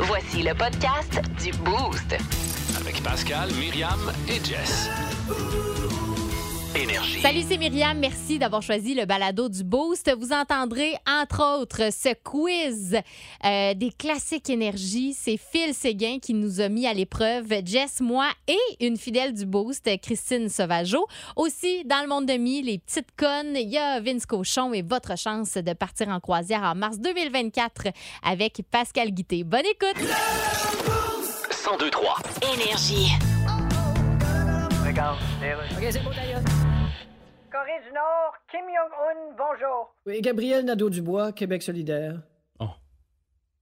Voici le podcast du Boost. Avec Pascal, Myriam et Jess. Énergie. Salut, c'est Myriam. Merci d'avoir choisi le balado du Boost. Vous entendrez, entre autres, ce quiz euh, des classiques énergie. C'est Phil Séguin qui nous a mis à l'épreuve, Jess, moi et une fidèle du Boost, Christine Sauvageau. Aussi, dans le monde de mi, les petites connes, il y a Vince Cochon et votre chance de partir en croisière en mars 2024 avec Pascal Guité. Bonne écoute! 1023. Énergie. Corée du Nord, Kim Jong-un, bonjour. Oui, Gabriel Nadeau-Dubois, Québec solidaire. Oh.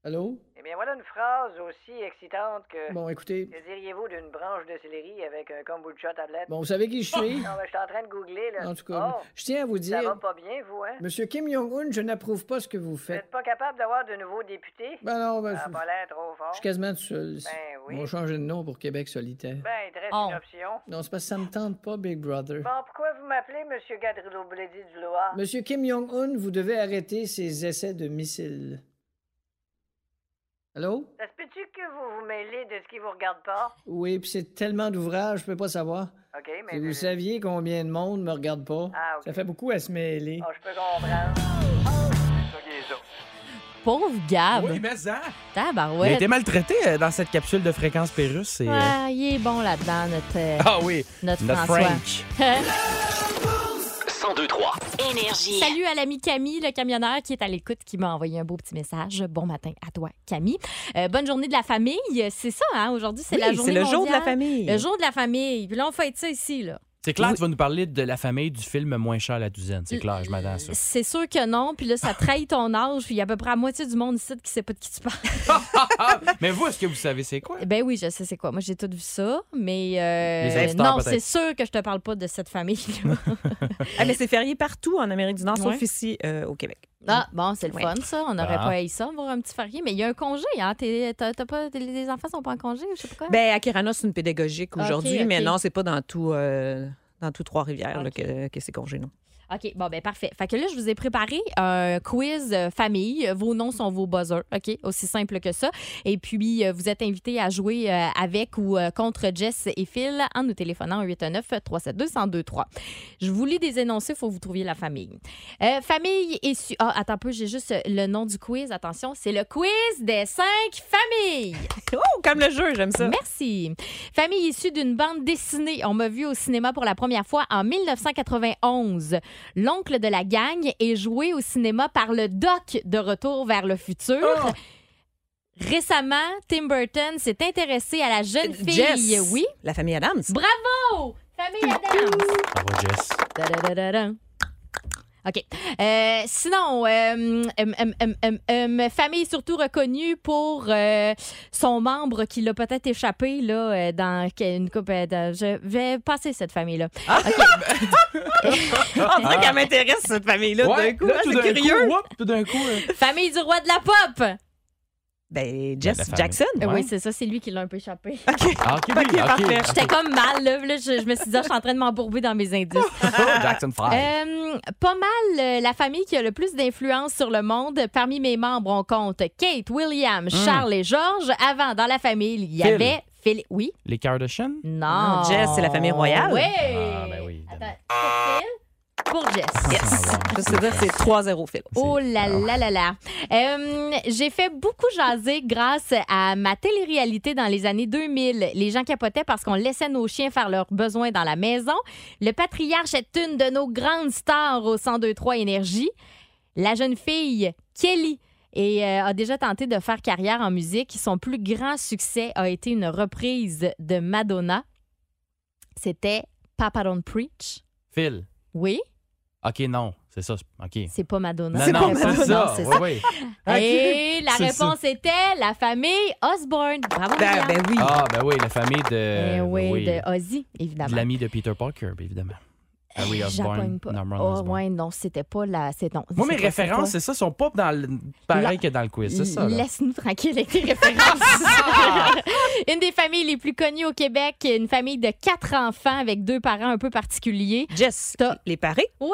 Allô? Eh bien, voilà une phrase aussi excitante que... Bon, écoutez, Que diriez-vous d'une branche de céleri avec un kombucha tablette? bon, vous savez qui je suis? Non, mais je suis en train de googler, là. En tout cas, Oh, je tiens à vous ça va dire, pas bien, vous, hein? Monsieur Kim Jong-un, je n'approuve pas ce que vous Vous faites. n'êtes pas capable d'avoir de nouveaux députés? Ben non, ben, ça a je- pas l'air trop fort. je suis quasiment tout seul. Ben oui. On va changer de nom pour Québec solitaire. Ben, il te reste Oh. une option. Non, c'est parce que ça me tente pas, Big Brother. Bon, pourquoi vous m'appelez Monsieur Gadrillo Bledy du Loir? Monsieur Kim Jong-un, vous devez arrêter ses essais de missiles. Allô? Ça se peut-tu que vous vous mêlez de ce qui vous regarde pas? Oui, puis c'est tellement d'ouvrages, je peux pas savoir. OK, mais... Si vous saviez combien de monde me regarde pas, Ah, ok. ça fait beaucoup à se mêler. Oh, je peux comprendre. Pauvre Gab! Oui, mais ça. Il a Tabarouette! été maltraité euh, dans cette capsule de fréquence Pérus. c'est, euh, Ouais, il est bon là-dedans, notre, euh, Ah oui, notre notre François. French. 1023. Énergie. Salut à l'ami Camille, le camionneur qui est à l'écoute, qui m'a envoyé un beau petit message. Bon matin à toi, Camille. Euh, bonne journée de la famille. C'est ça, hein? Aujourd'hui, c'est la Oui, journée le jour de mondiale. la famille. Le jour de la famille. Puis là, on fête ça ici, là. C'est clair, tu vas nous parler de la famille du film Moins cher la douzaine. C'est clair, je m'attends à ça. C'est sûr que non. Puis là, ça trahit ton âge. Puis il y a à peu près la moitié du monde ici qui sait pas de qui tu parles. Ah, mais vous, est-ce que vous savez c'est quoi? ben oui, je sais c'est quoi. Moi, j'ai tout vu ça. Mais euh, Les auditeurs, non, peut-être. c'est sûr que je te parle pas de cette famille Ah, mais c'est férié partout en Amérique du Nord, sauf Ouais. ici euh, au Québec. Ah, bon, c'est le Ouais. fun, ça. On n'aurait Ah. pas eu ça, voir un petit férié. Mais il y a un congé, hein? T'es- t'as- t'as pas, t'es- les enfants sont pas en congé, je sais pas quoi. Ben, à Kirana, c'est une pédagogique Ah. Ok, aujourd'hui, ok. mais non, c'est pas dans tout. euh, Dans tout Trois-Rivières là, Ok. que, que c'est congé, non? OK, bon, ben parfait. Fait que là, je vous ai préparé un quiz euh, famille. Vos noms sont vos buzzers, OK? Aussi simple que ça. Et puis, euh, vous êtes invités à jouer euh, avec ou euh, contre Jess et Phil en nous téléphonant au 819-372-1023. Je vous lis des énoncés, il faut que vous trouviez la famille. Euh, famille et... Su ah, attends un peu, j'ai juste euh, le nom du quiz. Attention, c'est le quiz des cinq familles. Oh, comme le jeu, j'aime ça. Merci. Famille issue d'une bande dessinée. On m'a vu au cinéma pour la première fois en 1991. L'oncle de la gang est joué au cinéma par le doc de Retour vers le futur. Récemment, Tim Burton s'est intéressé à la jeune fille. Euh, Jess, Oui. La famille Adams. Bravo! Famille Adams. Bravo, Ah Jess. Da-da-da-da-da. OK. Euh, sinon, euh, hum, hum, hum, hum, hum, famille surtout reconnue pour euh, son membre qui l'a peut-être échappé là, euh, dans une coupe. euh, dans- je vais passer cette famille-là. On dirait qu'elle m'intéresse, cette famille-là, Ouais, d'un coup. là, Ah, tout c'est d'un curieux. coup, whoop, tout d'un coup. euh, famille du roi de la pop! Euh, Ben, Jess Ben, la famille. Jackson. Ouais. Oui, c'est ça, c'est lui qui l'a un peu échappé. Ah, ok, oui, Ok, parfait. ok. J'étais comme mal, là. Là, je, je me suis dit, ah, je suis en train de m'embourber dans mes indices. Oh, Jackson Five. Euh, pas mal euh, la famille qui a le plus d'influence sur le monde. Parmi mes membres, on compte Kate, William, Hmm. Charles et Georges. Avant, dans la famille, il y Phil. avait Phil. Oui. Les cœurs de chêne? Non. Non, Jess, c'est la famille royale. Oui. Ah, ben oui, évidemment. Attends, pour Phil, pour Jess. Yes. Ah, bon. Je sais dire, c'est 3-0, Phil. Oh là là là là. Euh, J'ai fait beaucoup jaser grâce à ma télé-réalité dans les années 2000. Les gens capotaient parce qu'on laissait nos chiens faire leurs besoins dans la maison. Le patriarche est une de nos grandes stars au 1023 Énergie. La jeune fille, Kelly. Et euh, a déjà tenté de faire carrière en musique. Son plus grand succès a été une reprise de Madonna. C'était Papa Don't Preach. Phil. Oui, Ok, non, c'est ça. c'est- Ok. c'est pas Madonna. Non, non, Non, c'est ça. c'est oui, oui. Et la Ah, C'est réponse était la famille Osborne. Bravo, Ben, Myriam. ben oui. Ah, ben oui, la famille de. ben Eh oui, oui, de Ozzy, de ah évidemment. l'ami de Peter Parker, bien évidemment. Harry Eh, J'appogne Osborn, pas. Norman oh, Osborn. ouais, non, c'était pas la. C'est non. Moi, mes c'est pas- c'est références, c'est ça, sont pas dans le... pareil Là- que dans le quiz, c'est ça. L- là. Laisse-nous tranquille avec tes références. une des familles les plus connues au Québec, une famille de quatre enfants avec deux parents un peu particuliers. Jess, T'as- les paris. Ouais!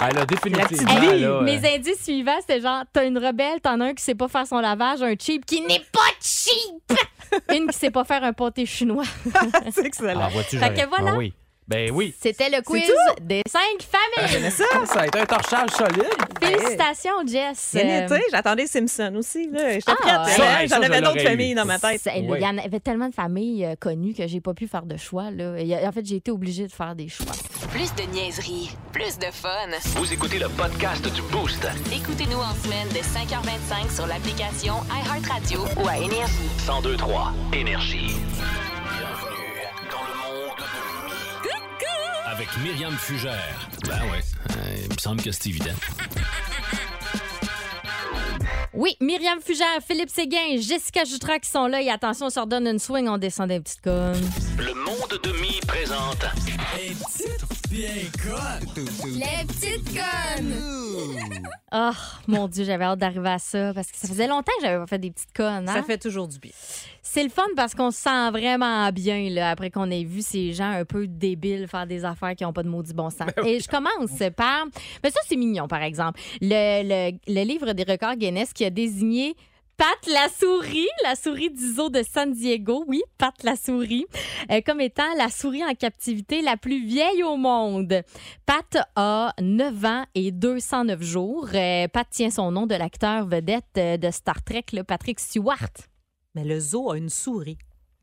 Elle a définitivement. petite Ah, là, vie. euh, Mes indices suivants, c'était genre, t'as une rebelle, t'en as un qui sait pas faire son lavage, un cheap qui n'est pas cheap, une qui sait pas faire un pâté chinois. C'est excellent. Ah, vois-tu, Fait que j'aurais- voilà. Ah oui. Ben oui. C'était le quiz des cinq familles. Ça a été un torchage solide. Ah, Félicitations, Jess. Bien Euh, été, j'attendais Simpson aussi. là. J'étais Ah, prête. ouais. hein. Ça, J'en je avais d'autres l'aurais eu. familles dans ma tête. c'est- Il Oui. y en avait tellement de familles euh, connues que j'ai pas pu faire de choix. Là. Il y a- En fait, j'ai été obligée de faire des choix. Plus de niaiserie, plus de fun. Vous écoutez le podcast du Boost. Écoutez-nous en semaine de 5h25 sur l'application iHeartRadio ou à Énergie. 1023 Énergie. Bienvenue dans le monde de Avec Myriam Fugère. Ben ouais, il me semble que c'est évident. Oui, Myriam Fugère, Philippe Séguin, Jessica Jutra qui sont là. Et attention, on se redonne une swing, on descend des petites connes. Le monde de mi présente Oh mon Dieu, j'avais hâte d'arriver à ça parce que ça faisait longtemps que j'avais pas fait des petites connes. hein? Ça fait toujours du bien. C'est le fun parce qu'on se sent vraiment bien là, après qu'on ait vu ces gens un peu débiles faire des affaires qui n'ont pas de maudit bon sens. Et je commence par. Mais ça, c'est mignon, par exemple. Le, le- le livre des records Guinness qui a désigné. Pat la souris, la souris d'ISO de San Diego, oui, Pat la souris, euh, comme étant la souris en captivité la plus vieille au monde. Pat a 9 ans et 209 jours. Euh, Pat tient son nom de l'acteur vedette euh, de Star Trek, le Patrick Stewart. Mais le zoo a une souris.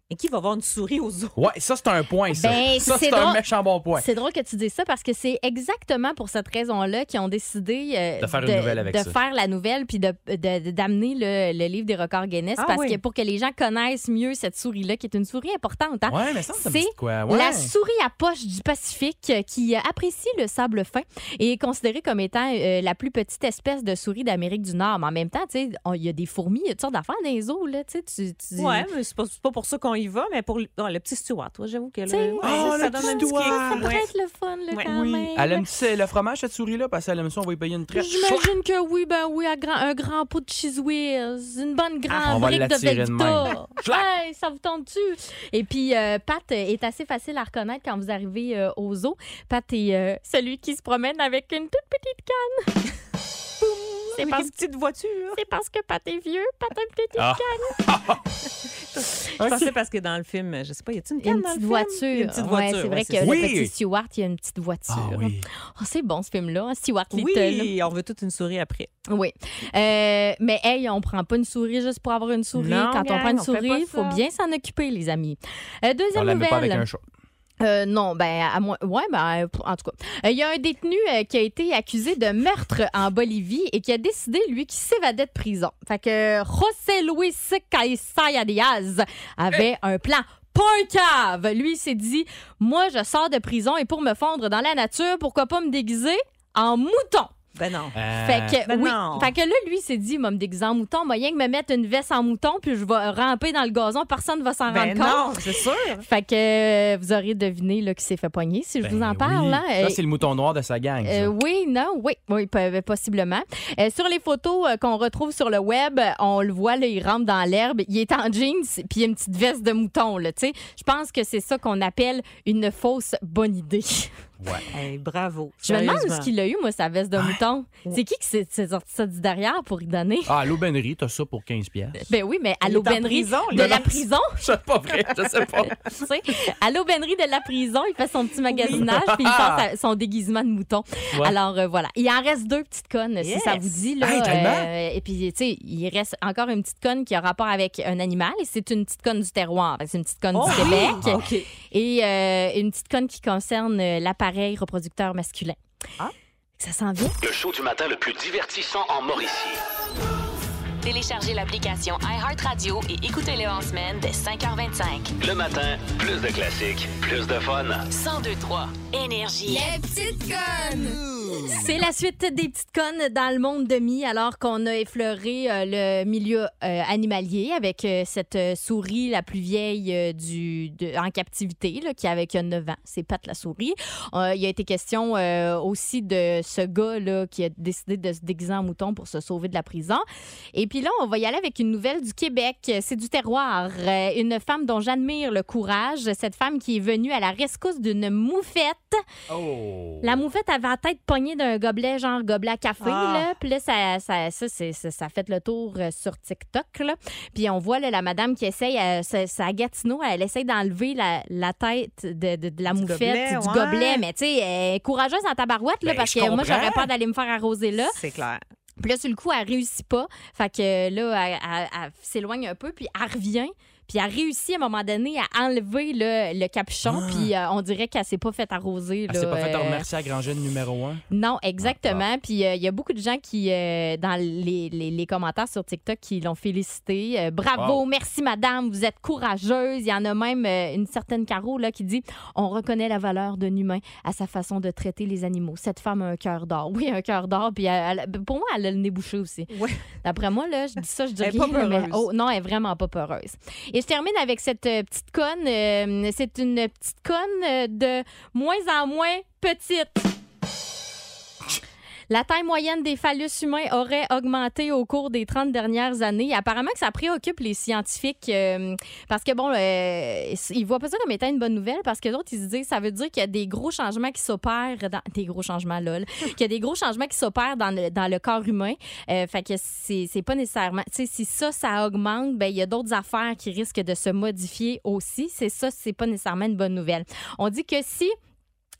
Et qui va voir une souris au zoo? Ouais, ça, c'est un point, ça. Ben, ça, c'est c'est un drôle. méchant bon point. C'est drôle que tu dises ça parce que c'est exactement pour cette raison-là qu'ils ont décidé euh, De faire une nouvelle avec de ça. faire la nouvelle puis de- de- de- d'amener le, le livre des records Guinness Ah parce oui. que pour que les gens connaissent mieux cette souris-là, qui est une souris importante. hein. Ouais, mais ça, ça me C'est dit de quoi. Ouais. La souris à poche du Pacifique euh, qui euh, apprécie le sable fin et est considérée comme étant euh, la plus petite espèce de souris d'Amérique du Nord. Mais en même temps, tu sais, on- il y a des fourmis, il y a toutes sortes d'affaires dans les eaux. Là, tu sais, tu, tu- Ouais, mais c'est pas, c'est pas pour ça qu'on y va, mais pour le, oh, le petit Stewart. ouais, J'avoue que là, T'sais, ouais, Oh, ça, ça le donne petit un petit Stewart. Ça kick. pourrait Ouais. être le fun, là, Ah, Ouais. quand même. Oui. Elle aime tu le fromage, cette souris-là, parce qu'elle aime ça, on va y payer une triche. J'imagine que oui, ben oui, un grand, un grand pot de cheese whiz, une bonne Ah, on grande va brique de l'attirer de Velveeta. Flac! Hey, ça vous tente-tu? Et puis, euh, Pat est assez facile à reconnaître quand vous arrivez euh, au zoo. Pat est euh, celui qui se promène avec une toute petite canne. C'est Avec parce, une petite voiture. c'est parce que Pat est vieux, Pat a une petite Ah, Je pensais parce que dans le film, je sais pas, y a-t-il une canne une dans le petite film? voiture. Une petite Ouais, voiture. c'est vrai ouais, que ça. le Oui. petit Stewart, il y a une petite voiture. Ah oui. Oh, c'est bon ce film-là, hein, Stewart Little. Oui, on veut toute une souris après. Oui. Euh, mais hey, on prend pas une souris juste pour avoir une souris. Non, Quand on gang, prend une on fait souris, pas il faut ça. bien s'en occuper, les amis. Euh, On deuxième la met nouvelle. pas avec un chat. Euh, non, ben à moins. Ouais, ben euh, p- en tout cas, Euh, il y a un détenu euh, qui a été accusé de meurtre en Bolivie et qui a décidé lui qui s'évadait de prison. Fait que José Luis Caesaya Diaz avait un plan. Pas un cave. Lui il s'est dit, moi je sors de prison et pour me fondre dans la nature, pourquoi pas me déguiser en mouton. Ben non. Euh, Fait que, ben oui. non. Fait que là, lui, il s'est dit, m'a me déguiser en mouton, moyen que me mettre une veste en mouton, puis je vais ramper dans le gazon, personne ne va s'en Ben rendre non, compte. c'est sûr. Fait que euh, vous aurez deviné là, qui s'est fait pogner, si je ben vous en parle. oui. hein. Ça, Euh, c'est le mouton noir de sa gang. ça. euh, oui, non, oui, oui, pe- possiblement. Euh, sur les photos euh, qu'on retrouve sur le web, euh, on le voit, là, il rampe dans l'herbe, il est en jeans, puis il a une petite veste de mouton, là, tu sais. Je pense que c'est ça qu'on appelle une fausse bonne idée. Hey, bravo. Je me demande où Sérieusement. ce qu'il a eu, moi, sa veste de mouton. C'est qui qui s'est s'est sorti ça du derrière pour y donner? Ah, à l'aubennerie, t'as ça pour 15 pièces. Ben oui, mais à Il est en l'aubainerie prison, de lui. la prison, C'est pas vrai, je sais pas. tu sais. À l'aubainerie de la prison, il fait son petit magasinage puis il Ah. passe à son déguisement de mouton. Ouais. Alors euh, voilà, il en reste deux petites connes si Yes. ça vous dit là. Hey, tellement. Euh, et puis tu sais, il reste encore une petite conne qui a rapport avec un animal et c'est une petite conne du terroir, Fait que c'est une petite conne Oh du oui! Québec OK. et euh, une petite conne qui concerne euh, l'appareil reproducteur masculin. Ah. Ça s'en vient. le show du matin le plus divertissant en Mauricie. Téléchargez l'application iHeartRadio et écoutez-le en semaine dès 5h25. Le matin, plus de classiques, plus de fun. 1023 Énergie. C'est la suite des petites connes dans le monde de mi, alors qu'on a effleuré euh, le milieu euh, animalier avec euh, cette euh, souris la plus vieille euh, du, de- en captivité, là, qui avait que 9 ans. C'est Pat la souris. Euh, il a été question euh, aussi de ce gars-là qui a décidé de se déguiser en mouton pour se sauver de la prison. Et puis là, on va y aller avec une nouvelle du Québec. C'est du terroir. Euh, Une femme dont j'admire le courage. Cette femme qui est venue à la rescousse d'une moufette Oh. la moufette avait la tête pognée d'un gobelet, genre gobelet à café. Ah. Là. Puis là, ça, ça, ça, c'est- ça- ça fait le tour euh, sur TikTok. Là. Puis on voit là, la madame qui essaye, euh, sa, sa Gatineau, elle essaye d'enlever la, la tête de, de- de la Du moufette, gobelet, du ouais. gobelet. Mais tu sais, elle est courageuse en tabarouette là, Ben, parce je que moi, comprends. j'aurais peur d'aller me faire arroser là. C'est clair. Puis là, sur le coup, elle réussit pas. Fait que là, elle, elle- elle s'éloigne un peu, puis elle revient. Puis elle réussit à un moment donné à enlever le, le capuchon, Ah. puis euh, on dirait qu'elle s'est pas faite arroser. Elle là, s'est Ah, pas fait euh, remercier à Grand Jeune numéro un. Non, exactement. Puis euh, il y a beaucoup de gens qui, euh, dans les, les- les commentaires sur TikTok, qui l'ont félicité. Euh, bravo, Wow. merci madame, vous êtes courageuse. Il y en a même euh, une certaine Caro là, qui dit On reconnaît la valeur d'un humain à sa façon de traiter les animaux. Cette femme a un cœur d'or. Oui, un cœur d'or. Puis elle- elle- pour moi, elle a le nez bouché aussi. Ouais. D'après moi, là, je dis ça, je dis Elle est rien, pas là, mais- peureuse. oh, non, elle est vraiment pas peureuse. Et je termine avec cette euh, petite conne. Euh, c'est une petite conne euh, de moins en moins petite. La taille moyenne des phallus humains aurait augmenté au cours des 30 dernières années. Apparemment que ça préoccupe les scientifiques euh, parce que, bon, euh, ils voient pas ça comme étant une bonne nouvelle parce que d'autres, ils se disent ça veut dire qu'il y a des gros changements qui s'opèrent dans... Des gros changements, lol. qu'il y a des gros changements qui s'opèrent dans le, dans le corps humain. Euh, fait que c'est c'est pas nécessairement... Tu sais, si ça, ça augmente, ben il y a d'autres affaires qui risquent de se modifier aussi. C'est ça, c'est pas nécessairement une bonne nouvelle. On dit que si...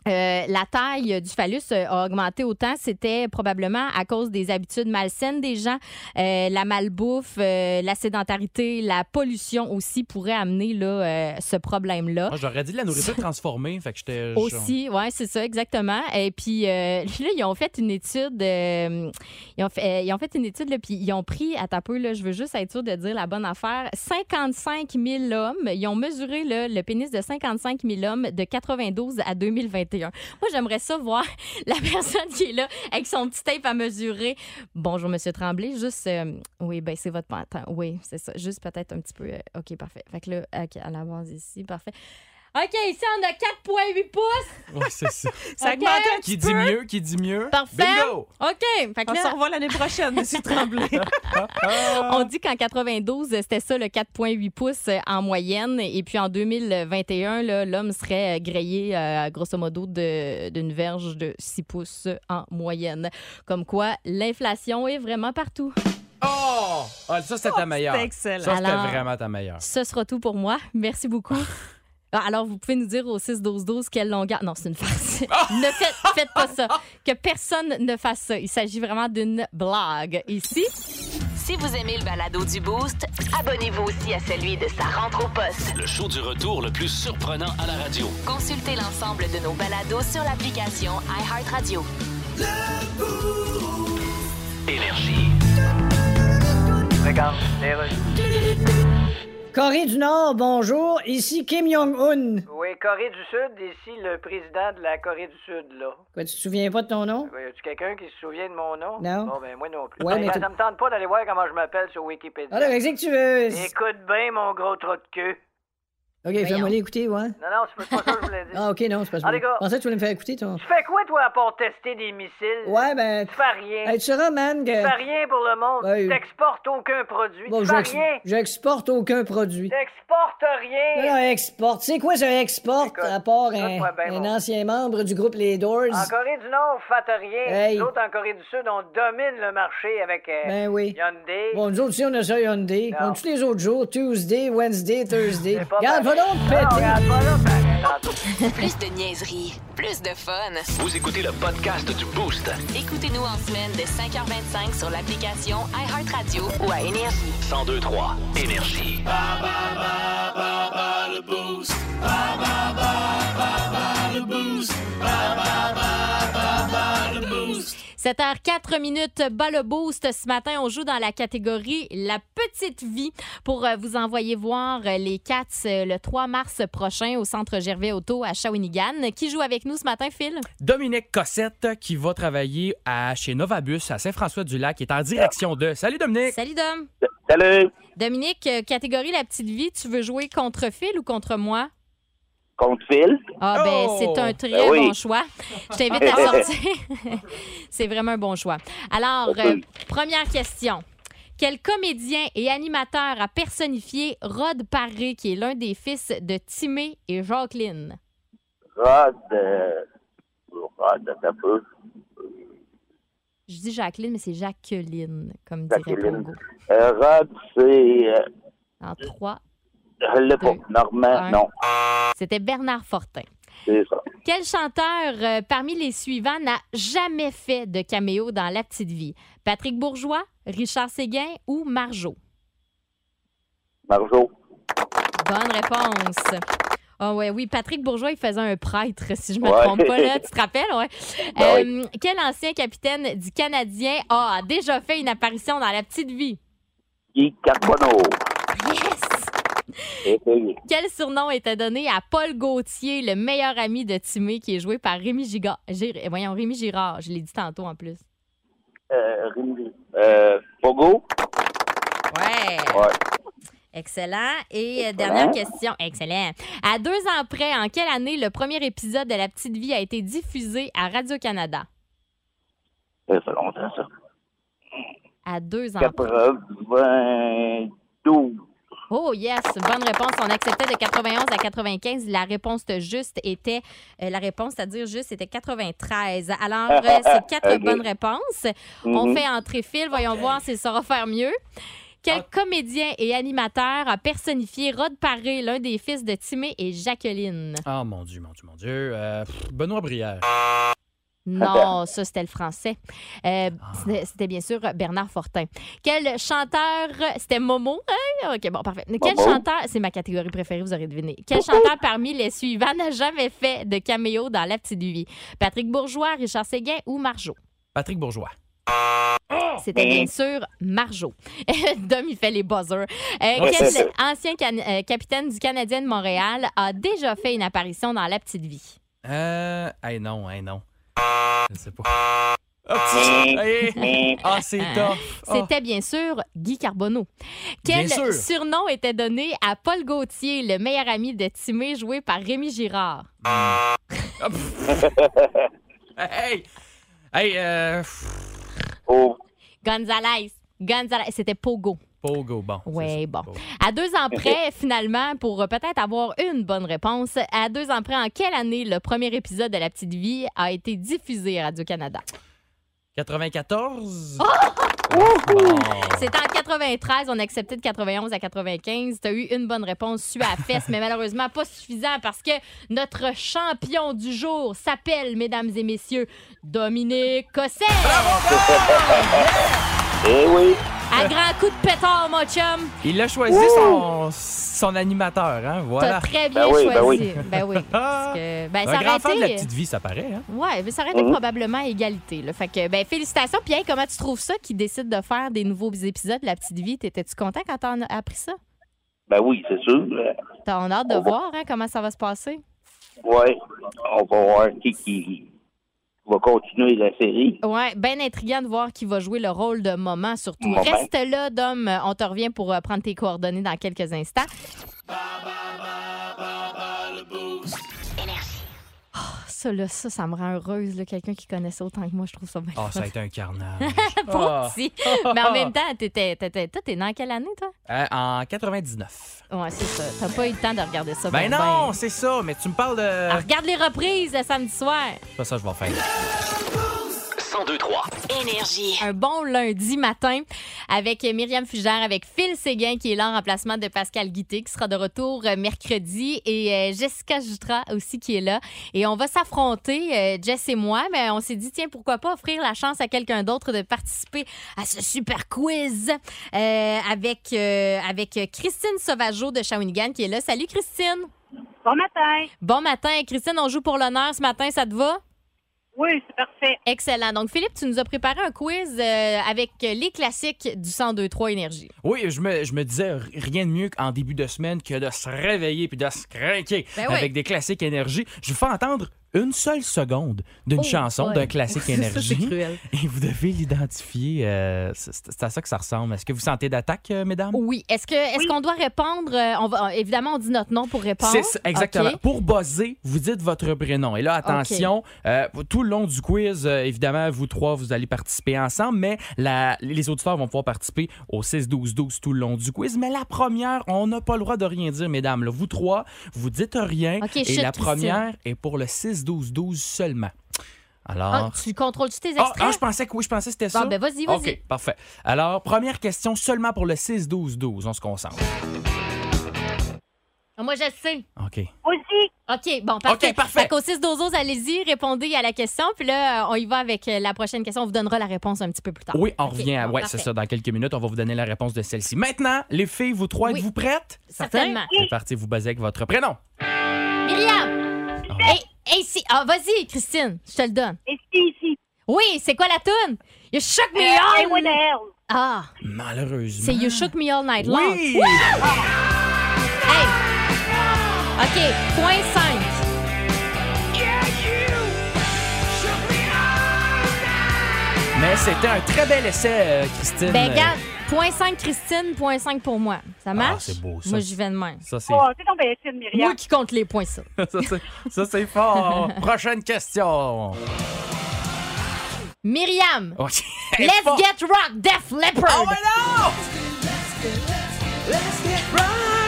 Euh, la taille du phallus euh, a augmenté autant, c'était probablement à cause des habitudes malsaines des gens. Euh, la malbouffe, euh, la sédentarité, la pollution aussi pourraient amener là, euh, ce problème-là. Moi, j'aurais dit de la nourriture transformée. Fait que j'étais. Aussi, oui, c'est ça, exactement. Et puis, euh, là, ils ont fait une étude. euh, ils, ont fait, euh, ils ont fait une étude, là, puis ils ont pris, à taper, là, je veux juste être sûre de dire la bonne affaire, 55 000 hommes. Ils ont mesuré là, le pénis de 55 000 hommes de 92 à 2021. Moi, j'aimerais ça voir la personne qui est là avec son petit tape à mesurer. Bonjour, Monsieur Tremblay. Juste, euh, oui, ben c'est votre pantalon. Oui, c'est ça. Juste peut-être un petit peu. euh, OK, parfait. Fait que là, OK, à la base ici, parfait. OK, ici, on a 4,8 pouces. Oui, c'est ça. Ça Ok. augmente un petit qui dit peu. mieux, qui dit mieux. Parfait. Bingo! OK. Fait que On là, se revoit l'année prochaine, Monsieur Tremblay. on dit qu'en 92, c'était ça, le 4,8 pouces euh, en moyenne. Et puis en 2021, là, l'homme serait euh, grillé, euh, grosso modo, de- d'une verge de 6 pouces en moyenne. Comme quoi, l'inflation est vraiment partout. Oh! Ah, ça, c'était ta meilleure. C'était excellent. Ça, c'était Alors- vraiment ta meilleure. Ce sera tout pour moi. Merci beaucoup. Ah, Alors, vous pouvez nous dire au 6-12-12 quelle longueur. Non, c'est une farce. ne faites, faites pas ça. Que personne ne fasse ça. Il s'agit vraiment d'une blague. Ici, Si vous aimez le balado du Boost, abonnez-vous aussi à celui de sa rentre au poste. Le show du retour le plus surprenant à la radio. Consultez l'ensemble de nos balados sur l'application iHeartRadio. Énergie. Regarde, les Russes. Corée du Nord, bonjour. Ici Kim Jong-un. Oui, Corée du Sud, ici le président de la Corée du Sud, là. Quoi, tu te souviens pas de ton nom? Oui, y a-tu quelqu'un qui se souvient de mon nom? Non. Bon, ben, moi non plus. Ouais, Ben, mais Ah, ça, t'es- ça me tente pas d'aller voir comment je m'appelle sur Wikipédia. Alors, qu'est-ce que tu veux? Écoute bien, mon gros trou de queue. Ok, fais-moi l'écouter, ouais. Non, non, c'est pas ça que je voulais dire. Ah, ok, non, c'est pas Ah, ça. les Je gars. pensais que tu voulais me faire écouter ton. Tu fais quoi, toi, à part tester des missiles? Ouais, ben. Tu fais rien. Hey, tu sauras, man, que. Tu fais rien pour le monde. Ouais. Tu t'exportes aucun produit. Bon, tu fais j'ex- rien. j'exporte aucun produit. T'exportes Non, rien. non, exporte. C'est quoi ça exporte Écoute, à part un, écoute-moi bien, un mon- ancien membre du groupe Les Doors? En Corée du Nord, vous faites rien. Hey. Nous autres, en Corée du Sud, on domine le marché avec euh, Ben oui. Hyundai. Bon, nous autres aussi, on a ça Hyundai. Non. On tous les autres jours, Tuesday, Wednesday, Thursday. C'est pas Regarde, va pareil. donc Non, péter! regarde pas là, pareil. Ah, Plus de niaiserie, plus de fun. Vous écoutez le podcast du Boost. Écoutez-nous en semaine de 5h25 sur l'application iHeartRadio ou à Énergie. 1023 Énergie. boost. 7h04 minutes, bas le boost. Ce matin, on joue dans la catégorie La petite vie pour euh, vous envoyer voir euh, les Cats euh, le 3 mars prochain au Centre Gervais Auto à Shawinigan. Qui joue avec nous ce matin, Phil? Dominique Cossette qui va travailler à, chez Novabus à Saint-François-du-Lac qui est en direction de. Salut Dominique! Salut, Dom. Salut! Dominique, euh, catégorie La petite vie, tu veux jouer contre Phil ou contre moi? Contre Phil? Ah, ben, Oh! c'est un très Ben oui. bon choix. Je t'invite à sortir. c'est vraiment un bon choix. Alors, euh, première question. Quel comédien et animateur a personnifié Rod Paré, qui est l'un des fils de Timé et Jacqueline? Rod, euh, Rod, attends un peu. Euh, Je dis Jacqueline, mais c'est Jacqueline, comme dirait Jacqueline. Pongo. Euh, Rod, c'est euh, En trois, le pas. Deux. Normand, Un. non, c'était Bernard Fortin. c'est ça. Quel chanteur euh, parmi les suivants n'a jamais fait de caméo dans La Petite Vie? Patrick Bourgeois, Richard Séguin ou Marjo? Marjo, Bonne réponse. Ah ouais, oui, Patrick Bourgeois, il faisait un prêtre, si je me Ouais. trompe pas, là, tu te rappelles, ouais. Ben Euh, Quel ancien capitaine du Canadien a déjà fait une apparition dans La Petite Vie? Guy Carbonneau. Ah. Yes! Essayez. Quel surnom était donné à Paul Gauthier, le meilleur ami de Timé, qui est joué par Rémi Giga- Gir- Voyons, Rémi Girard, je l'ai dit tantôt en plus. Euh, Rimini. euh, Pogo, Ouais. Ouais. Excellent. Et euh, Excellent. dernière question. Excellent. À deux ans près, en quelle année le premier épisode de La Petite Vie a été diffusé à Radio-Canada? ça fait longtemps ça. À deux ans près. 92. Oh yes, bonne réponse. On acceptait de 91 à 95. La réponse juste était, euh, la réponse à dire juste était 93. Alors, euh, c'est quatre Ok. bonnes réponses. On Mhm. fait entrer fil, voyons voir s'il saura faire mieux. Quel comédien et animateur a personnifié Rod Paré, l'un des fils de Timé et Jacqueline? Ah, mon Dieu, mon Dieu, mon Dieu. Euh, pff, Benoît Brière. Non, ça c'était le français. Euh, c'était- C'était bien sûr Bernard Fortin. Quel chanteur C'était Momo. hein? Ok, bon, parfait. Quel Momo. chanteur C'est ma catégorie préférée, vous aurez deviné. Quel chanteur parmi les suivants n'a jamais fait de caméo dans La Petite Vie Patrick Bourgeois, Richard Séguin ou Marjo Patrick Bourgeois. Mhm. Eh. C'était bien sûr Marjo. Dom, il fait les buzzers. Euh, Ouais, c'est quel ça. ancien can- euh, capitaine du Canadien de Montréal a déjà fait une apparition dans La Petite Vie Euh. Eh non, eh non. Je sais pas. Ah, pff, eh. Ah, c'est top. C'était bien sûr Guy Carbonneau. Quel Ah. Bien sûr. surnom était donné à Paul Gauthier, le meilleur ami de Timé, joué par Rémi Girard? Hey! Hey, euh. pff, Oh, Gonzalez. Gonzalez. C'était Pogo. Pogo, bon. c'est Ouais, ça, bon. Pogo. À deux ans près, finalement, pour euh, peut-être avoir une bonne réponse, à deux ans près, en quelle année le premier épisode de La Petite Vie a été diffusé à Radio-Canada? 94? Ouhou! Bon. C'était en 93, on acceptait de 91 à 95. T'as eu une bonne réponse, su à la fesse, mais malheureusement pas suffisant parce que notre champion du jour s'appelle, mesdames et messieurs, Dominique Cosset. Ah! eh oui. À grand coup de pétard, mon chum. Il a choisi son, son animateur, hein? T'as Voilà. très bien Ben oui, ben choisi. Ben oui. parce que- ben, ça Un grand aurait fan de été... la petite vie, ça paraît, hein? Ouais, mais ça aurait été Mhm. probablement à égalité. Là. Fait que, ben, félicitations. Puis, hey, comment tu trouves ça qu'ils décident de faire des nouveaux épisodes de La Petite Vie? T'étais-tu content quand t'en as appris ça? Ben oui, c'est sûr. Euh, T'as- On a hâte de voir hein, comment ça va se passer. Ouais. On va voir qui, qui va continuer la série. Ouais, bien intriguant de voir qui va jouer le rôle de maman, surtout. Maman. Reste là, Dom. On te revient pour euh, prendre tes coordonnées dans quelques instants. Énergie. Ah, Ça, là, ça, ça me rend heureuse. là. Quelqu'un qui connaît ça autant que moi, je trouve ça bien. Ah, ça a été un carnage. Pauvre petit. Ah. Mais en même temps, t'étais, t'étais, toi, t'es dans quelle année, toi? Euh, en 99. Ouais, c'est ça. T'as pas eu le temps de regarder ça. Ben ben, non, ben. c'est ça, mais tu me parles Ah, de. regarde les reprises le samedi soir. C'est pas ça que je vais faire. 1023. Énergie. Un bon lundi matin avec Myriam Fugère, avec Phil Séguin qui est là en remplacement de Pascal Guité qui sera de retour euh, mercredi et euh, Jessica Jutra aussi qui est là. Et on va s'affronter, euh, Jess et moi, mais on s'est dit, tiens, pourquoi pas offrir la chance à quelqu'un d'autre de participer à ce super quiz euh, avec, euh, avec Christine Sauvageau de Shawinigan qui est là. Salut Christine! Bon matin. Bon matin, Christine, on joue pour l'honneur ce matin, ça te va? Oui, c'est parfait. Excellent. Donc, Philippe, tu nous as préparé un quiz euh, avec euh, les classiques du 102-3 Énergie. Oui, je me, je me disais r- rien de mieux qu'en début de semaine que de se réveiller puis de se craquer Ben oui. avec des classiques énergie. Je vous fais entendre une seule seconde d'une Oh chanson, boy. d'un classique C'est énergie. cruel. Et vous devez l'identifier. euh, c'est c'est à ça que ça ressemble. Est-ce que vous sentez d'attaque, euh, mesdames? Oui. Est-ce que est-ce qu'on doit répondre? euh, on va, euh, évidemment, on dit notre nom pour répondre. C'est ça, exactement. OK. Pour buzzer, vous dites votre prénom. Et là, attention, euh, tout le long du quiz, euh, évidemment, vous trois, vous allez participer ensemble, mais la- les auditeurs vont pouvoir participer au 6-12-12 tout le long du quiz. Mais la première, on n'a pas le droit de rien dire, mesdames. là. vous trois, vous dites rien. OK, et chut, la Christine. première est pour le 6-12-12 seulement. Ah, Alors. tu contrôles-tu tes Ah, extraits? ah, je pensais que oui, je pensais que c'était Bon, ça. ben, vas-y, vas-y. OK, parfait. Alors, première question seulement pour le 6-12-12. On se concentre. Ah, Moi, je le sais. OK. Aussi, OK, bon, parfait. OK, parfait. Fait qu'au 6 dozos, allez-y, répondez à la question. Puis là, euh, on y va avec euh, la prochaine question. On vous donnera la réponse un petit peu plus tard. Oui, on OK, revient à. bon, Ouais, parfait. c'est ça. Dans quelques minutes, on va vous donner la réponse de celle-ci. Maintenant, les filles, vous trois, Oui. êtes-vous prêtes? Certainement. C'est parti, vous basez avec votre prénom. Myriam! Ah. Hey, hey, si- Ah, vas-y, Christine, je te le donne. et si, ici. Oui, c'est quoi la toune? You shook me I all... want hell. Ah, Malheureusement. c'est You shook me all night long. Oui! Hey! OK, point 5. Mais c'était un très bel essai, euh, Christine. Ben, regarde, point 5 Christine, point 5 pour moi. Ça marche? Ah, c'est beau, ça. Moi, j'y vais de même. Ça, c'est Oh, c'est ton belle fille, Myriam. Moi qui compte les points, ça. Ça, c'est- ça, c'est fort. Prochaine question. Myriam, OK. let's Fort. get rock, Def Oh, Leppard. mais non!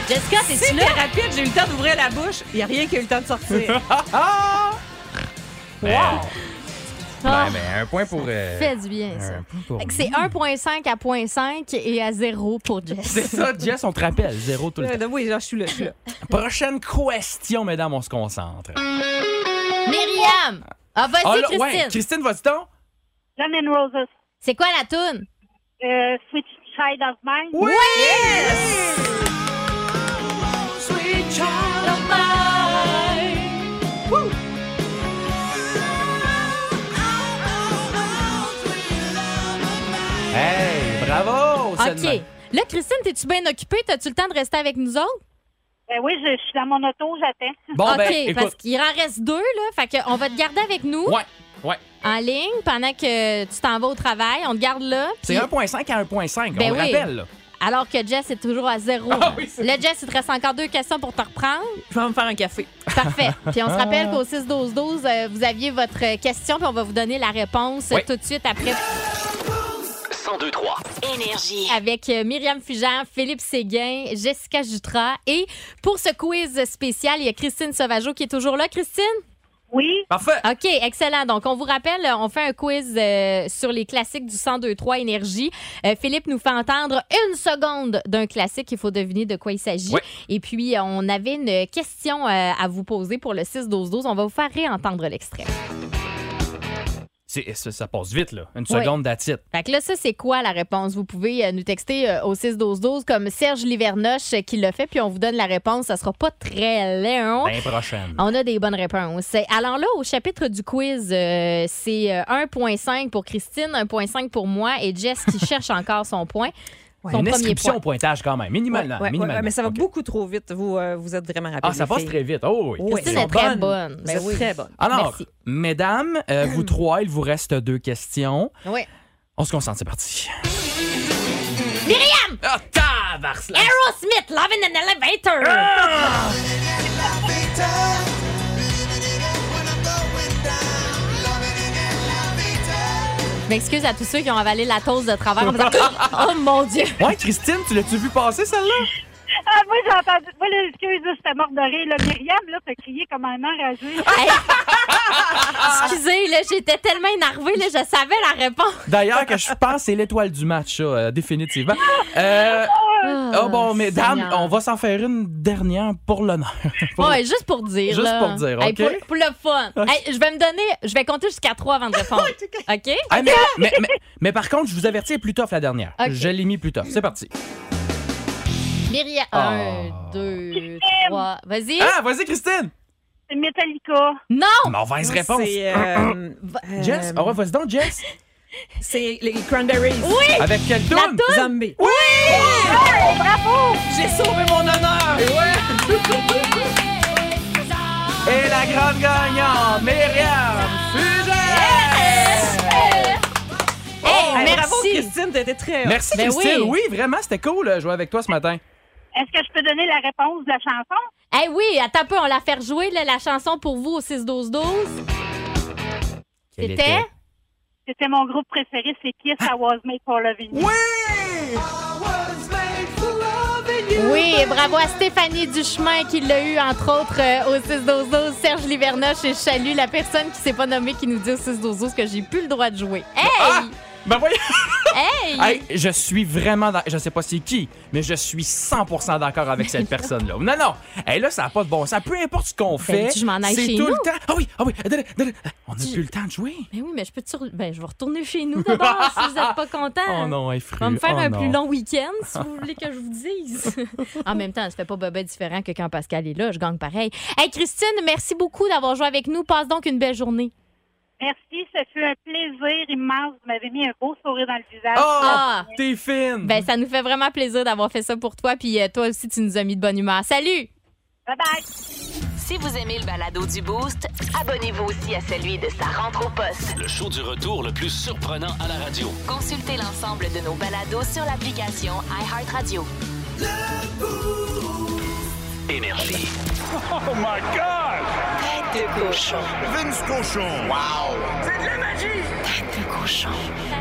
Jessica, c'est-tu là? Super rapide, j'ai eu le temps d'ouvrir la bouche. Il n'y a rien qui a eu le temps de sortir. Ah, ah! Ben, Ah, ben, ben, un point pour. euh, fait du bien, ça. un point pour Fait que C'est 1.5 à 0.5 et à 0 pour C'est Jess. ça, Jess, on te rappelle. Zéro tout le temps. Euh, oui, genre, je suis là, je suis là. Prochaine question, mesdames, on se concentre. Myriam! Ah, vas-y, Ah, là, Christine. ouais, Christine, vas-y donc. Lemon Roses. C'est quoi la toune? Euh, Switch Child of Mine. Hey, bravo! Selma. OK. Là, Christine, t'es-tu bien occupée? T'as-tu le temps de rester avec nous autres? Ben oui, je, je suis dans mon auto, j'attends. Bon, OK, ben, parce écoute. qu'il en reste deux, là. Fait qu'on va te garder avec nous Ouais, ouais. en ligne pendant que tu t'en vas au travail. On te garde là. C'est 1,5 à 1,5. Ben on le oui. rappelle, là. Alors que Jess est toujours à zéro. Ah là, Jess, il te reste encore deux questions pour te reprendre. Je vais me faire un café. Parfait. Puis on se rappelle Ah. qu'au 6-12-12, euh, vous aviez votre euh, question, puis on va vous donner la réponse euh, Oui. tout de suite après 1023. Énergie. avec euh, Myriam Fugère, Philippe Séguin, Jessica Jutras. Et pour ce quiz spécial, il y a Christine Sauvageau qui est toujours là. Christine? Oui, Parfait. OK, excellent. Donc, on vous rappelle, euh, on fait un quiz euh, sur les classiques du 1023 Énergie. Euh, Philippe nous fait entendre une seconde d'un classique. Il faut deviner de quoi il s'agit. Ouais. Et puis, euh, on avait une question euh, à vous poser pour le 6-12-12. On va vous faire réentendre l'extrait. C'est- eh, Ça, ça passe vite, là. Une Oui. seconde d'attitude. Fait que là, ça, c'est quoi la réponse? Vous pouvez euh, nous texter euh, au 6-12-12 comme Serge Livernoche euh, qui l'a fait, puis on vous donne la réponse. Ça sera pas très long. L'année Ben, prochaine. On a des bonnes réponses. Alors là, au chapitre du quiz, euh, c'est euh, 1.5 pour Christine, 1.5 pour moi et Jess qui cherche encore son point. Ouais. son Une premier inscription point. au pointage, quand même. Minimalement. Ouais, ouais, minimalement. ouais, mais ça va OK. beaucoup trop vite. Vous, euh, vous êtes vraiment rapide. Ah, ça les passe filles. très vite. Oh, oui. Oui, Christine elles sont est très bonnes. bonne. Ben Vous oui. êtes très bonne. Alors, Merci. mesdames, euh, vous trois, il vous reste deux questions. Oui. On se concentre, c'est parti. Myriam! Ah, tabarce, là! Aerosmith, Love in an Elevator. Je m'excuse à tous ceux qui ont avalé la toast de travers en faisant Oh mon Dieu! Ouais, Christine, tu l'as-tu vu passer, celle-là? ah, moi j'ai entendu. Moi, là, excuse, là, j'étais morte de rire. Là, Myriam, là, t'as crié comme un enragé. Hey. Ah. Excusez, là, j'étais tellement énervée, là, je savais la réponse. D'ailleurs, que je pense, c'est l'étoile du match, ça, euh, définitivement. Euh, oh, bon, mesdames, Ah, Seigneur. on va s'en faire une dernière pour l'honneur. Pour- Ouais, juste pour dire. Juste là. pour dire, Hey, OK? pour, pour le fun. Hey, je vais me donner, je vais compter jusqu'à 3 avant de répondre. OK? Ah, mais, mais- mais- mais par contre, je vous avertis, elle est plus tough la dernière. OK. Je l'ai mis plus tough. C'est parti. Myriam. Oh. 1, 2, 3. Vas-y. Ah, vas-y, Christine! C'est Metallica. Non! Mauvaise Non, réponse. C'est, euh, euh, Ah, Jess, au revoir, vas-y donc, Jess. c'est les Cranberries. Oui! Avec quelle La tune? toune? Zombie. J'ai sauvé mon honneur! Et la grande gagnante, Myriam Fugère! Hey, Hey, Oh, Bravo, merci! Christine, t'étais très. Merci Ben Christine, oui. oui. vraiment, c'était cool euh, jouer avec toi ce matin. Est-ce que je peux donner la réponse de la chanson? Hey, oui, attends un peu, on la fait jouer, là, la chanson pour vous au 6-12-12. C'était? C'était mon groupe préféré, c'est Kiss I Was Made for Loving. You. Oui! I was made for loving Oui, et bravo à Stéphanie Duchemin qui l'a eu, entre autres, euh, au 6-12-12. Serge Livernoche et Chalut, la personne qui s'est pas nommée, qui nous dit au 6-12-12 que j'ai plus le droit de jouer. Hey! Ah! Ben voyons! Hey! Hey, je suis vraiment dans... Je sais pas c'est qui, mais je suis 100% d'accord avec cette personne-là. Non, non! Hey, là, ça n'a pas de bon sens. Peu importe ce qu'on fait, Ben, tu- je m'en aille c'est chez tout nous. le temps... Ah oui, ah oui! attendez, attendez. On n'a Tu- plus le temps de jouer. Mais oui, mais je peux te sur- ben, je vais retourner chez nous d'abord si vous n'êtes pas content. Oh non, hey, Ah. On va me Fru, faire oh un non. plus long week-end, si vous voulez que je vous dise. en même temps, je fais pas bobet différent que quand Pascal est là. Je gagne pareil. Hey, Christine, merci beaucoup d'avoir joué avec nous. Passe donc une belle journée. Merci, ça fut un plaisir immense. Vous m'avez mis un beau sourire dans le visage. Oh! Ah! T'es fine! Ben, ça nous fait vraiment plaisir d'avoir fait ça pour toi. Puis euh, toi aussi, tu nous as mis de bonne humeur. Salut! Bye bye! Si vous aimez le balado du Boost, abonnez-vous aussi à celui de sa rentre au poste. Le show du retour le plus surprenant à la radio. Consultez l'ensemble de nos balados sur l'application iHeartRadio. Énergie. Oh Vince Cochon. Wow! C'est de la magie! Tête de cochon.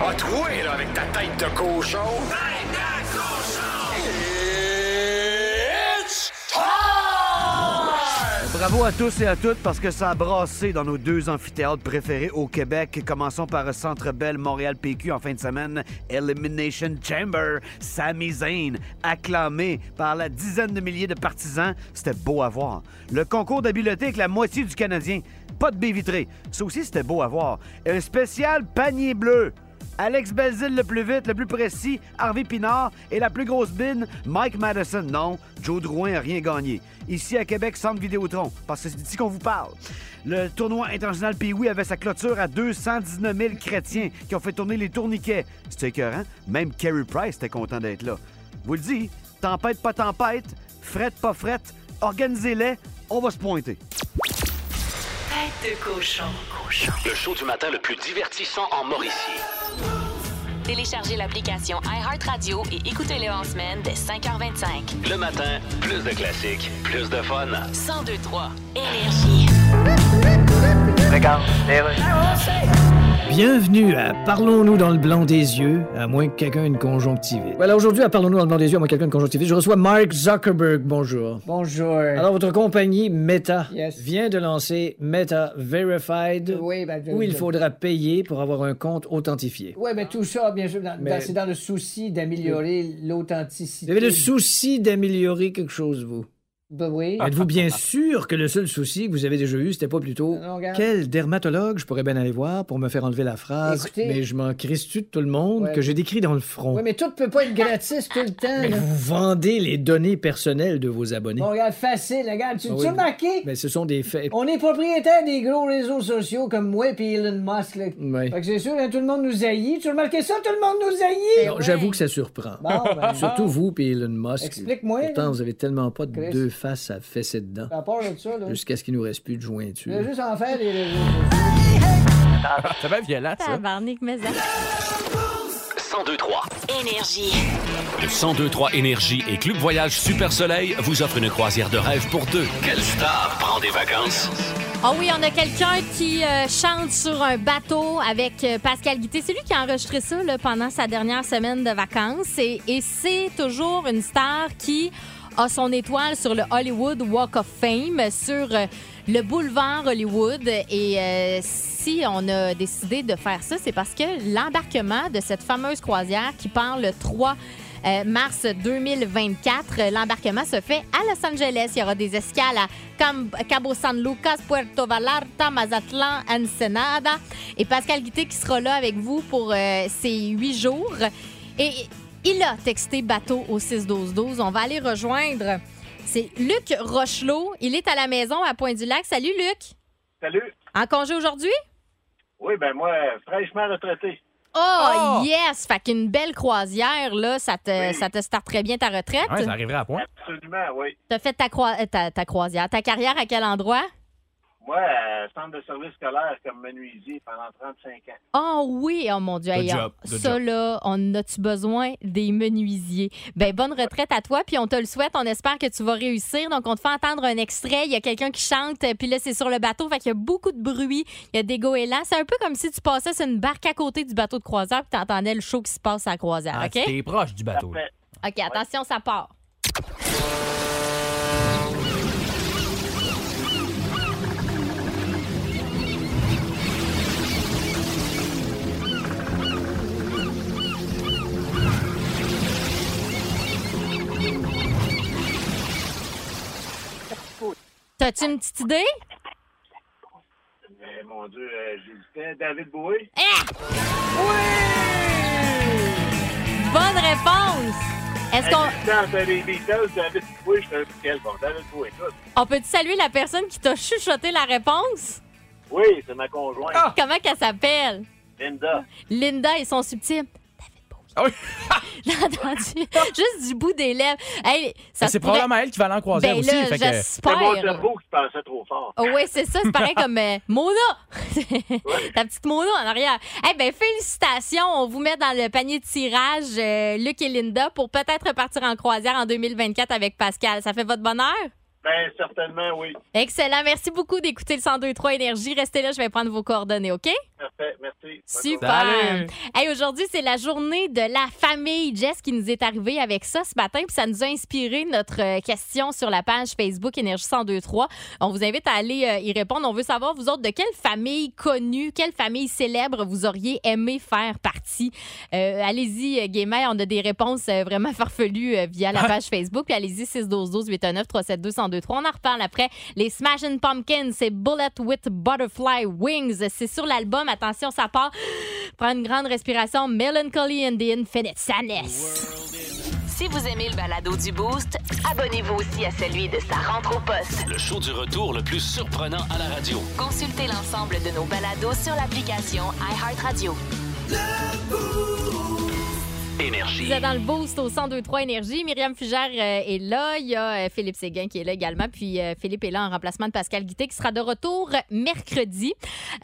Ah, troué, là, avec ta tête de cochon. Tête de cochon! It's time! Bravo à tous et à toutes parce que ça a brassé dans nos deux amphithéâtres préférés au Québec. Commençons par Centre Bell Montréal PQ en fin de semaine. Elimination Chamber, Sami Zayn, acclamé par la dizaine de milliers de partisans. C'était beau à voir. Le concours d'habileté avec la moitié du Canadien. Pas de baie vitrée. Ça aussi, c'était beau à voir. Un spécial panier bleu. Alex Belzil le plus vite, le plus précis, Harvey Pinard et la plus grosse bine, Mike Madison. Non, Joe Drouin n'a rien gagné. Ici à Québec, centre Vidéotron, parce que c'est d'ici qu'on vous parle. Le tournoi international Pee-Wee avait sa clôture à 219 000 chrétiens qui ont fait tourner les tourniquets. C'était écœurant. Même Kerry Price était content d'être là. Vous le dis, tempête pas tempête, frette pas frette, organisez-les, on va se pointer. Tête de cochon. Le show du matin le plus divertissant en Mauricie. Téléchargez l'application iHeartRadio et écoutez-le en semaine dès 5h25. Le matin, plus de classiques, plus de fun. 1023 Énergie. Bienvenue à Parlons-nous dans le blanc des yeux, à moins que quelqu'un ait une conjonctivite. Voilà, aujourd'hui, à Parlons-nous dans le blanc des yeux, à moi, quelqu'un de conjonctivité, je reçois Mark Zuckerberg. Bonjour. Bonjour. Alors, votre compagnie Meta Yes. vient de lancer Meta Verified, Oui, ben, je- où il je- faudra payer pour avoir un compte authentifié. Oui, mais tout ça, bien sûr, dans- Mais- dans- ben, c'est dans le souci d'améliorer l'authenticité. Vous avez le souci d'améliorer quelque chose, vous. Ben oui. Êtes-vous bien sûr que le seul souci que vous avez déjà eu, c'était pas plutôt Non, regarde. quel dermatologue je pourrais bien aller voir pour me faire enlever la phrase Écoutez- Mais je m'en crisse-tu de tout le monde Ouais. que j'ai décrit dans le front. Oui, mais tout peut pas être gratis tout le temps. Mais là. vous vendez les données personnelles de vos abonnés. Bon, regarde, facile, regarde. Tu Ah tu oui, as remarqué? Mais ce sont des faits. On est propriétaire des gros réseaux sociaux comme moi et Elon Musk. là. Ouais. Fait que c'est sûr, hein, tout le monde nous haït. Tu as remarqué ça? Tout le monde nous haït! Non, J'avoue que ça surprend. Bon, ben, Surtout vous et Elon Musk. Explique-moi, Pourtant, là. vous avez tellement pas de Chris. deux faces à fesser dedans. À part de ça, là. Jusqu'à ce qu'il nous reste plus de Je jointure. vais juste en faire les réseaux sociaux. Ah, Ça va violent, ça. Tabarnak, mais 1023. Énergie. Le 1023 Énergie et Club Voyage Super Soleil vous offrent une croisière de rêve pour deux. Quelle star prend des vacances? Oh oui, on a quelqu'un qui euh, chante sur un bateau avec euh, Pascal Guité. C'est lui qui a enregistré ça là, pendant sa dernière semaine de vacances. Et, et c'est toujours une star qui a son étoile sur le Hollywood Walk of Fame, sur euh, le boulevard Hollywood. Et euh, si on a décidé de faire ça, c'est parce que l'embarquement de cette fameuse croisière qui part le 3 euh, mars 2024. Euh, L'embarquement se fait à Los Angeles. Il y aura des escales à Cam- Cabo San Lucas, Puerto Vallarta, Mazatlan, Ensenada. Et Pascal Guité qui sera là avec vous pour euh, ces huit jours. Et il a texté bateau au 6-12-12. On va aller rejoindre. C'est Luc Rochelot. Il est à la maison à Pointe-du-Lac. Salut, Luc. Salut. En congé aujourd'hui? Oui, ben moi, fraîchement retraité. Oh, Oh! yes! Fait qu'une belle croisière, là, ça te, ça te starte très bien ta retraite. Ouais, ça arriverait à point. Absolument, oui. T'as fait ta, croi- euh, ta, ta croisière, ta carrière à quel endroit? Moi, euh, centre de service scolaire comme menuisier pendant 35 ans. Oh oui, oh mon Dieu. Good hey, job, oh, good ça, job. là, on a-tu besoin des menuisiers? Ben, bonne retraite à toi, puis on te le souhaite. On espère que tu vas réussir. Donc, on te fait entendre un extrait. Il y a quelqu'un qui chante, euh, puis là, c'est sur le bateau. Fait qu'il y a beaucoup de bruit. Il y a des goélands. C'est un peu comme si tu passais sur une barque à côté du bateau de croisière, puis t'entendais le show qui se passe à la croisière. Ah, OK? T'es proche du bateau. là. OK, attention, ça part. T'as-tu une petite idée? Mais mon Dieu, euh, j'hésitais. David Boué? Eh! Bonne réponse! Est-ce qu'on Assistant des Beatles, David Boué, je sais quel bon. David Boué, tout. on peut-tu saluer la personne qui t'a chuchoté la réponse? Oui, c'est ma conjointe. Ah! Ah! Comment qu'elle s'appelle? Linda. Linda et son subtil. Ah David Bowie. J'ai entendu juste du bout des lèvres. Mais Ben, Hey, ça se C'est pourrait- probablement elle qui va aller en croisière Ben aussi. là, fait que- euh, j'espère. C'est mon cerveau qui pensait trop fort. Oh ouais, c'est ça, c'est pareil comme euh, Mona. Ta petite Mona en arrière. Eh ben félicitations, on vous met dans le panier de tirage euh, Luc et Linda pour peut-être repartir en croisière en 2024 avec Pascal. Ça fait votre bonheur? Ben, certainement, oui. Excellent, merci beaucoup d'écouter le 1023 énergie. Restez là, je vais prendre vos coordonnées, OK? Parfait, merci. Super. Hey, aujourd'hui, c'est la journée de la famille. Jess qui nous est arrivée avec ça ce matin, puis ça nous a inspiré notre euh, question sur la page Facebook Énergie 1023. On vous invite à aller euh, y répondre. On veut savoir, vous autres, de quelle famille connue, quelle famille célèbre vous auriez aimé faire partie. Euh, allez-y, euh, Guémet, on a des réponses euh, vraiment farfelues euh, via la page Facebook. Puis allez-y, 612-12-819-372-1023. On en reparle après. Les Smashing Pumpkins, c'est Bullet with Butterfly Wings. C'est sur l'album. Attention, ça part. Prends une grande respiration. Melancholy and the Infinite Sadness. Si vous aimez le balado du Boost, abonnez-vous aussi à celui de sa rentre au poste. Le show du retour le plus surprenant à la radio. Consultez l'ensemble de nos balados sur l'application iHeartRadio. Énergie. Vous êtes dans le boost au 1023 Énergie. Myriam Fugère euh, est là. Il y a euh, Philippe Séguin qui est là également. Puis euh, Philippe est là en remplacement de Pascal Guité qui sera de retour mercredi.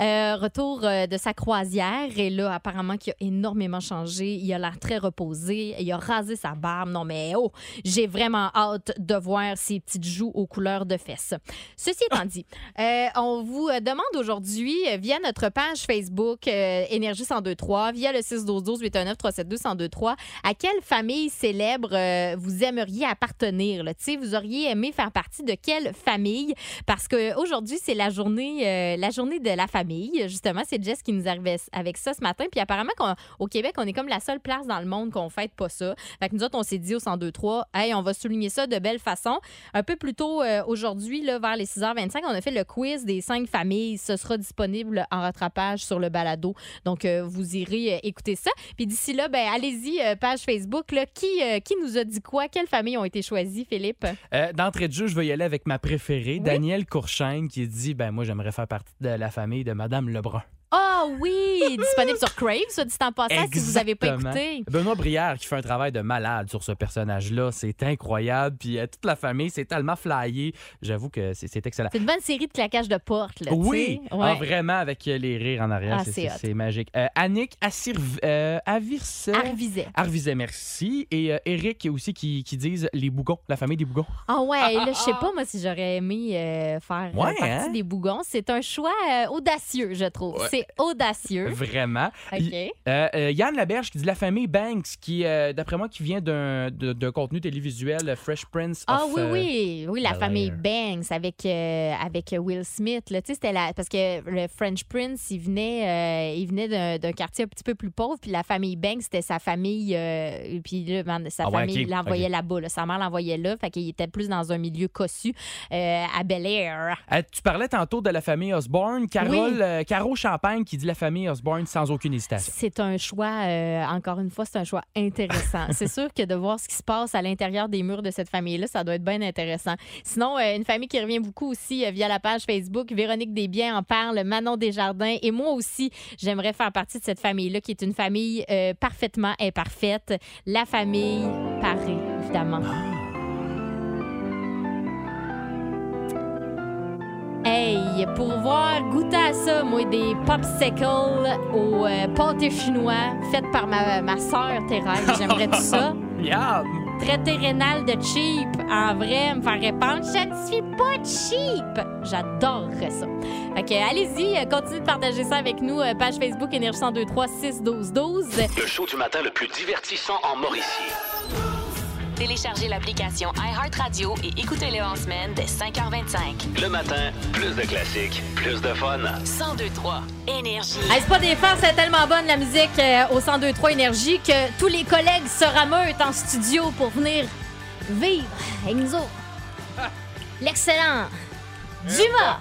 Euh, retour euh, de sa croisière. Et là, apparemment, qu'il a énormément changé. Il a l'air très reposé. Il a rasé sa barbe. Non, mais oh, j'ai vraiment hâte de voir ses petites joues aux couleurs de fesses. Ceci étant dit, euh, on vous euh, demande aujourd'hui, euh, via notre page Facebook euh, Énergie 1023, via le 612 819 372 1023 à quelle famille célèbre euh, vous aimeriez appartenir? Là? Tu sais, Vous auriez aimé faire partie de quelle famille? Parce qu'aujourd'hui, c'est la journée euh, la journée de la famille. Justement, c'est Jess qui nous arrivait s- avec ça ce matin. Puis apparemment, qu'on- au Québec, on est comme la seule place dans le monde qu'on fête pas ça. Fait que nous autres, on s'est dit au 102-3, hey, on va souligner ça de belle façon. Un peu plus tôt euh, aujourd'hui, là, vers les 6h25, on a fait le quiz des cinq familles. Ce sera disponible en rattrapage sur le balado. Donc, euh, vous irez euh, écouter ça. Puis d'ici là, ben, allez-y, euh, page Facebook. là. qui, euh, qui nous a dit quoi? Quelles familles ont été choisies, Philippe? Euh, D'entrée de jeu, je vais y aller avec ma préférée, Danielle Courchaine, qui dit ben moi j'aimerais faire partie de la famille de Madame Lebrun. Ah oui! disponible sur Crave, ça, dit en passant, si vous n'avez pas Exactement. écouté. Benoît Brière qui fait un travail de malade sur ce personnage-là, c'est incroyable. Puis euh, toute la famille, c'est tellement flyé. J'avoue que c'est c'est excellent. C'est une bonne série de claquages de porte, là. tu Oui, sais. Ouais. ah, vraiment avec euh, les rires en arrière, Ah, c'est- c'est c'est hot. c'est magique. Euh, Annick Assirv- euh, Avirset- Arviset. Arviset, merci. Et euh, Eric aussi qui, qui disent les bougons, la famille des bougons. Ah ouais, là, je sais pas moi si j'aurais aimé euh, faire euh, Ouais, partie hein? des bougons. C'est un choix euh, audacieux, je trouve. Ouais. C'est audacieux. Vraiment. OK. Y- euh, euh, Yann Laberge qui dit la famille Banks, qui, euh, d'après moi, qui vient d'un de- d'un contenu télévisuel euh, Fresh Prince Ah of, oui, euh, oui, oui, la Bel famille Air. Banks avec, euh, avec Will Smith. Là. Tu sais, c'était la... Parce que le French Prince, il venait, euh, il venait d'un, d'un quartier un petit peu plus pauvre, puis la famille Banks, c'était sa famille. euh, et puis là, man, sa Ah ouais, famille ok, l'envoyait ok. là-bas. là. Sa mère l'envoyait là, fait qu'il était plus dans un milieu cossu euh, à Bel Air. Euh, tu parlais tantôt de la famille Osborne. Carole, Oui. euh, Caro Champagne qui dit la famille Osborne sans aucune hésitation. C'est un choix, euh, encore une fois, c'est un choix intéressant. c'est sûr que de voir ce qui se passe à l'intérieur des murs de cette famille-là, ça doit être bien intéressant. Sinon, euh, une famille qui revient beaucoup aussi euh, via la page Facebook, Véronique Desbiens en parle, Manon Desjardins, et moi aussi, j'aimerais faire partie de cette famille-là, qui est une famille euh, parfaitement imparfaite, la famille Paré, évidemment. Hey, pour voir goûter à ça, moi, des popsicles au euh, pâté chinois fait par ma, ma soeur Thérèse. J'aimerais tout ça. Yeah. Traité rénal de cheap. En vrai, me faire répondre, je ne suis pas cheap. J'adorerais ça. Fait que, allez-y, euh, continuez de partager ça avec nous. euh, Page Facebook Énergie 1023 6 12 12. Le show du matin le plus divertissant en Mauricie. Téléchargez l'application iHeartRadio et écoutez-le en semaine dès 5h25. Le matin, plus de classiques, plus de fun. 1023 Énergie. Hey, c'est pas des farces, c'est tellement bonne la musique euh, au 102.3 Énergie que tous les collègues se rameutent en studio pour venir vivre avec nous autres. L'excellent Dumas.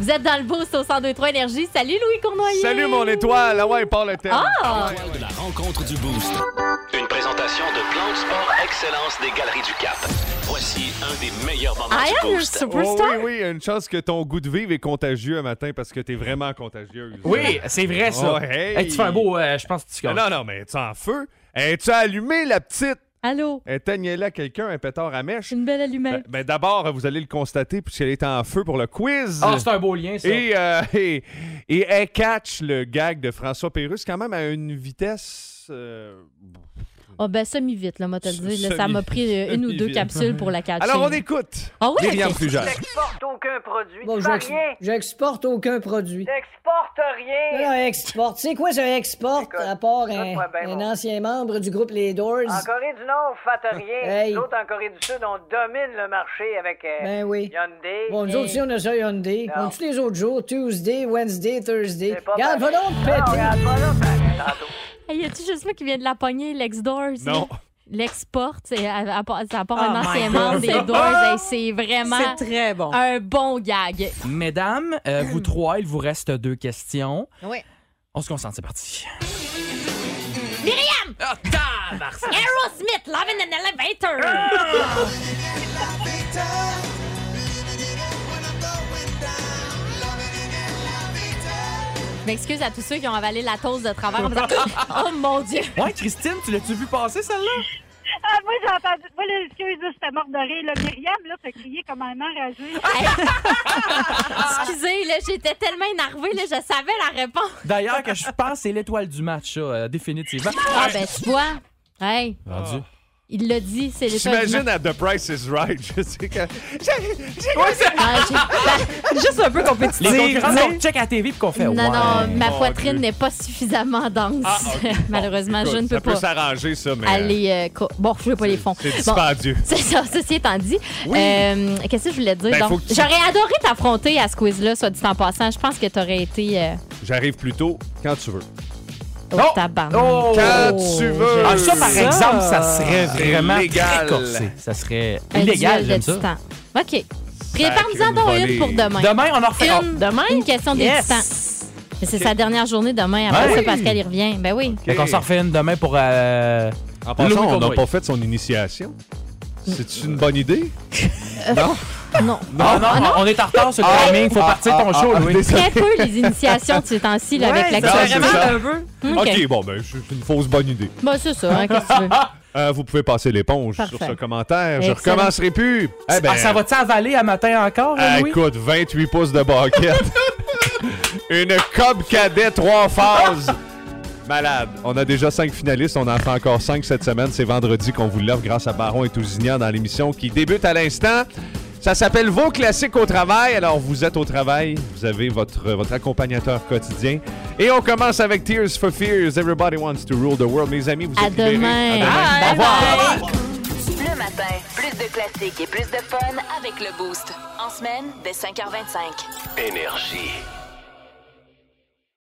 Vous êtes dans le boost au 102.3 Énergie. Salut Louis Cournoyer. Salut mon étoile. Ah ouais, par le thème. Ah! Étoile de la rencontre du Boost. Une présentation de Plan de Sport Excellence des Galeries du Cap. Voici un des meilleurs moments Ah, I du am your Boost. superstar. Oh oui, oui, une chance que ton goût de vivre est contagieux un matin parce que t'es vraiment contagieuse. Oui, c'est vrai ça. Oh, hey. Hey, tu fais un beau, euh, je pense que tu Non, non, mais es-tu en feu? Es-tu allumé, la petite? Allô? Éteignez-la quelqu'un, un pétard à mèche. Une belle allumette. Ben, ben, D'abord, vous allez le constater puisqu'elle est en feu pour le quiz. Ah, c'est un beau lien, ça. Et, euh, et, et elle catch le gag de François Pérusse quand même à une vitesse... euh, Ah ben semi-vite, là, moi te le dire. Là, ça Semi- m'a pris euh, une ou deux semi-vite. capsules pour la catcher. Alors, on écoute. Ah oui, Myriam ok. Fugère. J'exporte aucun produit. Bon, tu j'ex- fais rien. j'exporte aucun produit. J'exporte rien. Ben, Ah, exporte. C'est quoi ça, exporte, à part un, écoute-moi bien, un mon- ancien membre du groupe Les Doors? En Corée du Nord, faites rien. Hey. L'autre en Corée du Sud, on domine le marché avec euh, Ben oui. Hyundai. Bon, nous autres, si on a ça Hyundai. Non. On tous les autres jours, Tuesday, Wednesday, Thursday. pas Regarde, va pareil. donc Non, regarde, péter! va donc pareil. Hey, y a-tu juste moi qui vient de la pogner, l'ex Doors? Non. L'ex Porte, c'est à- à part- ça part Oh un my ancien God. membre des Doors. Hey, c'est vraiment C'est très bon. un bon gag. Mesdames, euh, vous trois, il vous reste deux questions. Oui. On se concentre, c'est parti. Ah, Myriam! Aerosmith, Love in an Elevator! Ah! Je m'excuse à tous ceux qui ont avalé la toast de travers en me disant Oh mon Dieu! Ouais, Christine, tu l'as-tu vu passer, celle-là? Ah, moi, j'ai entendu. Moi, là, excuse, là, j'étais morte de rire. Là, Myriam, là, fait crier comme un enragé. Excusez, là, j'étais tellement énervée, là, je savais la réponse. D'ailleurs, que je pense que c'est l'étoile du match, ça, euh, définitivement. Ah, ben, tu vois, hey, Rendu. il l'a dit, c'est les J'imagine à The Price is Right. Je sais Ah, que. Juste un peu Ah. compétitif. Les concurrents, tu sais. on check à la TV puis qu'on fait. Non, ouais. non, ma Mon poitrine Dieu. n'est pas suffisamment dense. Ah, ok. Bon, Malheureusement, je écoute, ne peux ça peut pas. s'arranger, ça, mais. aller. euh, co- bon, je veux pas les fonds. C'est Bon, dispendieux. C'est ça, ceci étant dit, euh, qu'est-ce que je voulais te dire? Ben, donc? faut que tu- J'aurais adoré t'affronter à ce quiz-là, soit dit en passant. Je pense que t'aurais été euh, J'arrive plus tôt quand tu veux. au Oh! tabarnak. Oh! Quand tu veux. Ah, ça, par exemple, ça serait C'est vraiment légal. très corsé. Ça serait Un illégal, duel j'aime de ça. distants. OK. Prépare-nous-en une donc volée. une pour demain. Demain, on en refait un. Une, une question des distants. Mais C'est sa dernière journée demain. Après Ben ça, oui. Pascal, il revient. Ben oui. Fait qu'on s'en refait une demain pour... euh, En passant, Louis on n'a Convoy. pas fait son initiation. C'est une bonne idée? non? Non. Ah non, on est en retard sur le Ah, timing. Faut ah, partir ton ah, show, ah, Louis. désolé. Très peu les initiations de ces temps-ci là, avec Ouais, la ça c'est c'est vraiment ça. un peu. OK. OK, bon, ben, c'est une fausse bonne idée. Bon, c'est ça. hein, qu'est-ce que tu veux? Euh, vous pouvez passer l'éponge sur Parfait. ce commentaire. Je Excellent. recommencerai plus. Eh ben, Ah, ça va-tu avaler à matin encore, ah, Louis? écoute, 28 pouces de banquette. une Cob Cadet trois phases. Malade. On a déjà cinq finalistes. On en fait encore cinq cette semaine. C'est vendredi qu'on vous l'offre grâce à Baron et Tousignan dans l'émission qui débute à l'instant. Ça s'appelle Vos classiques au travail. Alors, vous êtes au travail. Vous avez votre, votre accompagnateur quotidien. Et on commence avec Tears for Fears. Everybody wants to rule the world. Mes amis, vous À êtes libérés. demain. À demain. Bye Au revoir. Le matin, plus de classiques et plus de fun avec le Boost. En semaine, dès 5h25. Énergie.